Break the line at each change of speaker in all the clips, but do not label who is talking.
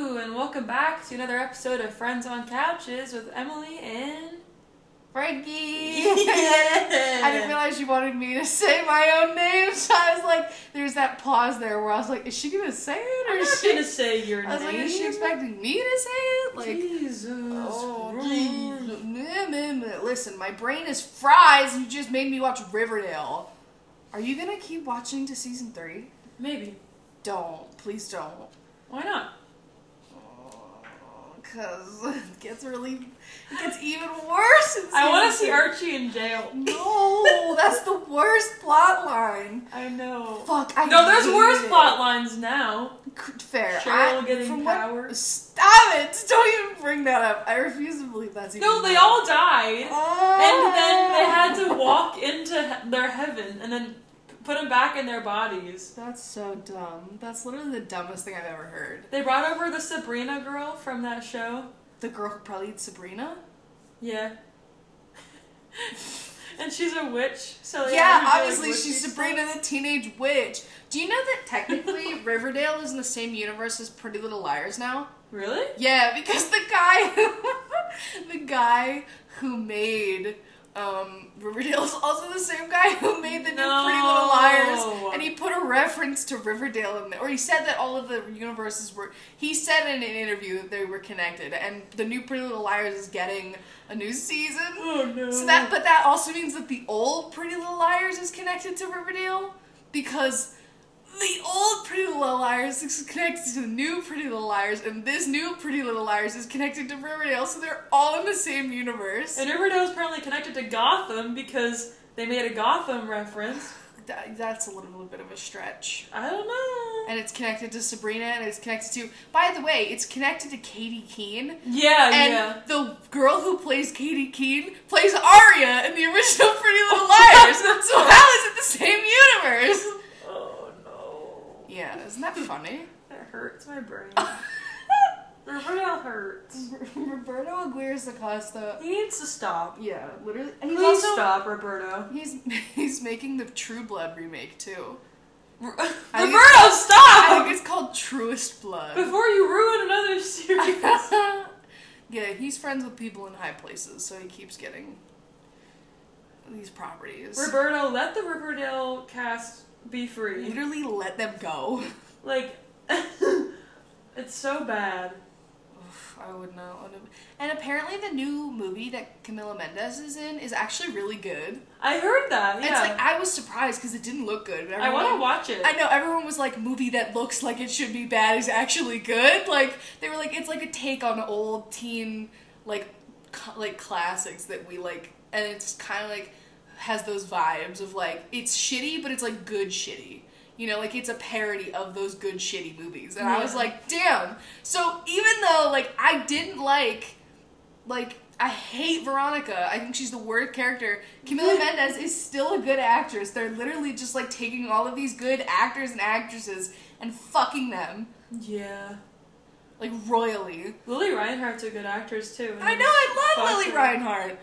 welcome back to another episode of Friends on Couches with Emily and
Frankie.
Yeah.
I didn't realize you wanted me to say my own name, so I was like, there's that pause there where I was like, is she gonna say it or
I'm
is
not
she?
gonna say your
I was like,
name.
is she expecting me to say it? Like,
Jesus.
oh,
Christ.
geez. Mm, mm, mm. listen, my brain is fries. You just made me watch Riverdale. Are you gonna keep watching to season three?
Maybe.
Don't, please don't. Oh,
Why not?
Cause it gets really, it gets even worse. in
I want to
season
see
three.
Archie in jail.
No, that's the worst plot line.
I know.
Fuck, I
No, there's
hate
worse
it.
plot lines now.
C- Fair.
Cheryl
I-
getting
from what-
power.
Stop it! Don't even bring that up. I refuse to believe that's even.
No, they
real.
all died.
Oh.
And then they had to walk into he- their heaven and then p- put them back in their bodies.
That's so dumb. That's literally the dumbest thing I've ever heard.
They brought over the Sabrina girl from that show.
The girl who probably eats Sabrina.
Yeah. and she's a witch, so they had
yeah,
to do, like,
obviously
witchy
she's
stuff.
Sabrina the Teenage Witch. Do you know that technically Riverdale is in the same universe as Pretty Little Liars now?
Really?
Yeah, because the guy who the guy who made um, Riverdale is also the same guy who made the new Pretty Little
No.
Liars, and he put a reference to Riverdale in there, or he said that all of the universes were. He said in an interview that they were connected, and the new Pretty Little Liars is getting a new season.
Oh no.
So that, but that also means that the old Pretty Little Liars is connected to Riverdale because the old Pretty Little Liars is connected to the new Pretty Little Liars, and this new Pretty Little Liars is connected to Riverdale. So they're all in the same universe.
and Riverdale is apparently connected to Gotham because they made a Gotham reference.
That- that's a little bit of a stretch.
I don't know.
And it's connected to Sabrina, and it's connected to. By the way, it's connected to Katie Keene.
yeah,
And
Oh, yeah.
the girl who plays Katie Keene plays Arya in the original Pretty Little Liars. so how is it the same universe?
Oh no.
Yeah, isn't that funny?
That hurts my brain. Riverdale hurts.
Roberto Aguirre's Acosta.
He needs to stop.
Yeah, literally. and
Please
He's also
stop, Roberto.
he's he's making the True Blood remake too.
Roberto,
I think- I
stop!
think it's called Truest Blood.
Before you ruin another series.
yeah, he's friends with people in high places, so he keeps getting these properties.
Roberto, let the Riverdale cast be free.
literally let them go.
Like, it's so bad.
Oof, I would not want to. And apparently, the new movie that Camila Mendes is in is actually really good.
I heard that.
It's
Yeah,
like I was surprised because it didn't look good. but
I want to
everyone-
watch it.
I know everyone was like, movie that looks like it should be bad is actually good. Like they were like, it's like a take on old teen like cl- like classics that we like, and it's kind of like has those vibes of like it's shitty, but it's like good shitty. You know, like it's a parody of those good shitty movies, and I was
Yeah.
like, damn. So even though like I didn't like like. I hate Veronica. I think she's the worst character. Camila Mendez is still a good actress. They're literally just like taking all of these good actors and actresses and fucking them
yeah,
like royally.
Lily Reinhart's a good actress too. and
I know I love
Fuck
Lily
her.
Reinhardt.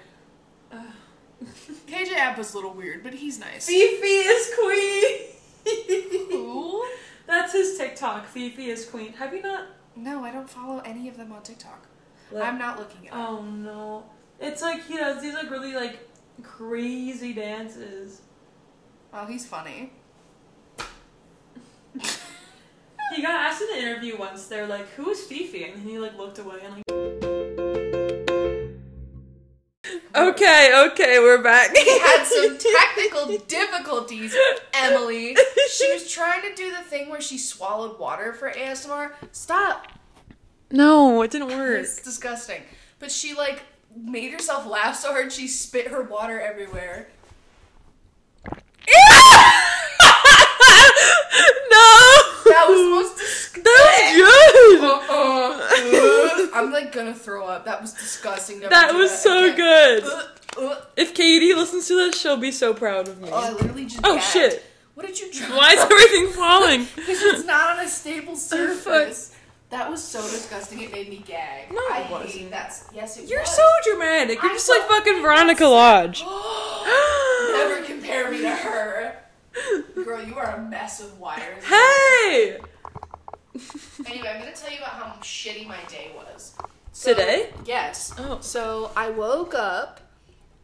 Ugh.
KJ Appa's a little weird, but he's nice.
Fifi is queen.
Who?
That's his TikTok. Fifi is queen. Have you not?
No, I don't follow any of them on TikTok.
Let-
I'm not looking at.
Oh no! It's like he does these like really like crazy dances.
Oh, he's funny.
He got asked in an interview once. They're like, "Who is Fifi?" And he like looked away and like. Okay, okay, we're back.
We had some technical difficulties, Emily. She was trying to do the thing where she swallowed water for ASMR. Stop.
No, it didn't work.
It's disgusting. But she like made herself laugh so hard she spit her water everywhere.
no.
That was Oh, the most disgusting.
That
Uh, I'm like gonna throw up. That was disgusting. Never
That
do
was so
again.
good.
Uh, uh.
If Katie listens to this, she'll be so proud of me.
Oh, I literally just.
Oh,
gagged.
shit.
What did you drop?
Why is everything falling?
Because it's not on a stable surface. That was so disgusting. It made me gag.
No, it
I
wasn't.
hate that. Yes, it
You're
was.
so dramatic. You're
I
just like
know.
fucking Veronica Lodge.
Never compare me to her, girl. You are a mess of wires.
hey!
Anyway, I'm gonna tell you about how shitty my day was.
Today?
Yes.
Oh.
So I woke up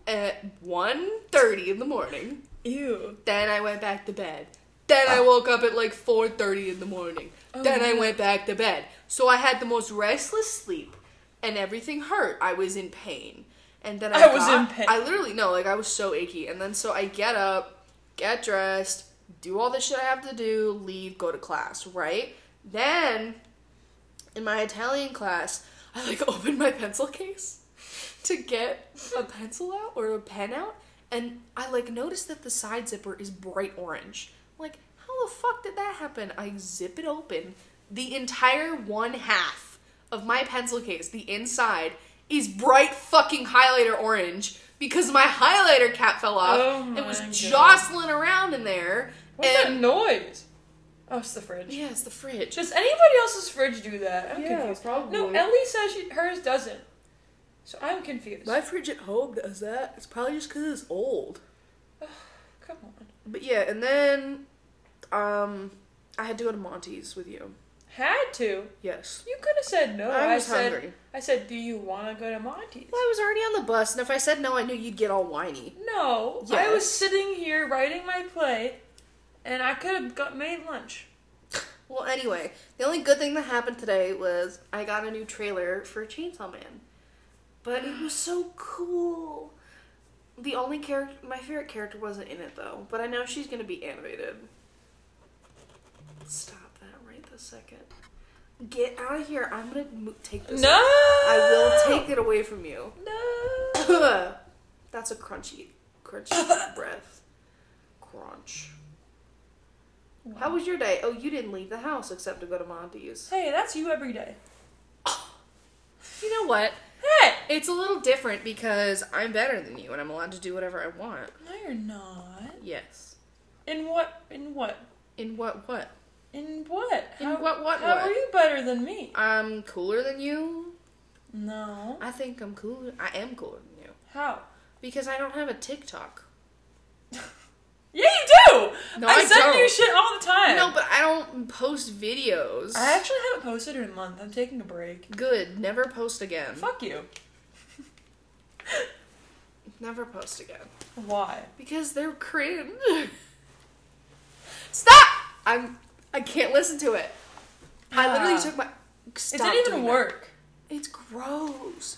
at 1.30 in the morning.
Ew.
Then I went back to bed. Then
Ah.
I woke up at like 4:30 in the morning.
Oh,
then I went back to bed. So I had the most restless sleep and everything hurt. I was in pain. And then I,
I was
got-
in pain.
I literally no, like I was so achy. And then so I get up, get dressed, do all the shit I have to do, leave, go to class, right? Then in my Italian class, I like opened my pencil case to get a pencil out or a pen out, and I like noticed that the side zipper is bright orange. I'm like, how the fuck did that happen? I zip it open. The entire one half of my pencil case, the inside, is bright fucking highlighter orange because my highlighter cap fell off.
Oh
it was
my God.
jostling around in there.
What's that
and
noise? Oh, it's the fridge.
yeah, it's the fridge.
Does anybody else's fridge do that? I'm confused.
probably.
No, Ellie says she, hers doesn't. So I'm confused.
My fridge at home does that. It's probably just because it's old.
Come on.
But yeah, and then, um, I had to go to Monty's with you.
Had to.
Yes.
You could have said no.
Oh, I was
said,
hungry.
I said, do you want to go to Monty's?
Well, I was already on the bus, and if I said no, I knew you'd get all whiny.
No. I
Yes.
was sitting here writing my play, and I could have got made lunch.
Well, anyway, the only good thing that happened today was I got a new trailer for Chainsaw Man. But it was so cool. The only character, my favorite character wasn't in it though, but I know she's gonna be animated. Stop that right this second. Get out of here. I'm gonna mo- take this.
No.
I will take it away from you.
No.
That's a crunchy, crunchy breath. Crunch. How was your day? Oh, you didn't leave the house except to go to Monty's.
Hey, that's you every day.
You know what?
Hey.
It's a little different because I'm better than you and I'm allowed to do whatever I want.
No, you're not.
Yes.
In what? In what?
In what what?
In what?
In what what
How
what?
are you better than me?
I'm cooler than you.
No.
I think I'm cooler. I am cooler than you
How?
because I don't have a TikTok.
Yeah, you do.
No,
I,
I
send you
don't.
shit all the time.
No, but I don't post videos.
I actually haven't posted in a month. I'm taking a break.
Good. Never post again.
Fuck you.
Never post again.
Why?
Because they're cringe. Stop! I'm. I can't listen to it. I
Ah.
literally took my. Stop
it didn't even
doing that.
work.
It's gross.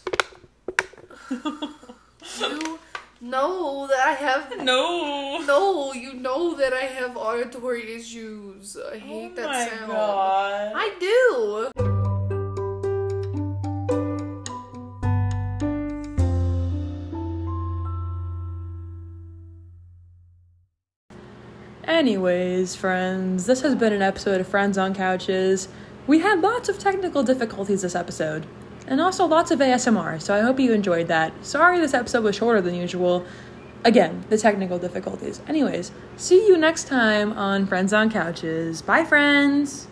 You know that I have.
no.
No, you know that I have auditory issues. I hate
oh
that
my
sound.
god.
I do.
Anyways, friends, this has been an episode of Friends on Couches. We had lots of technical difficulties this episode, and also lots of ASMR, so I hope you enjoyed that. Sorry this episode was shorter than usual. Again, the technical difficulties. Anyways, see you next time on Friends on Couches. Bye, friends!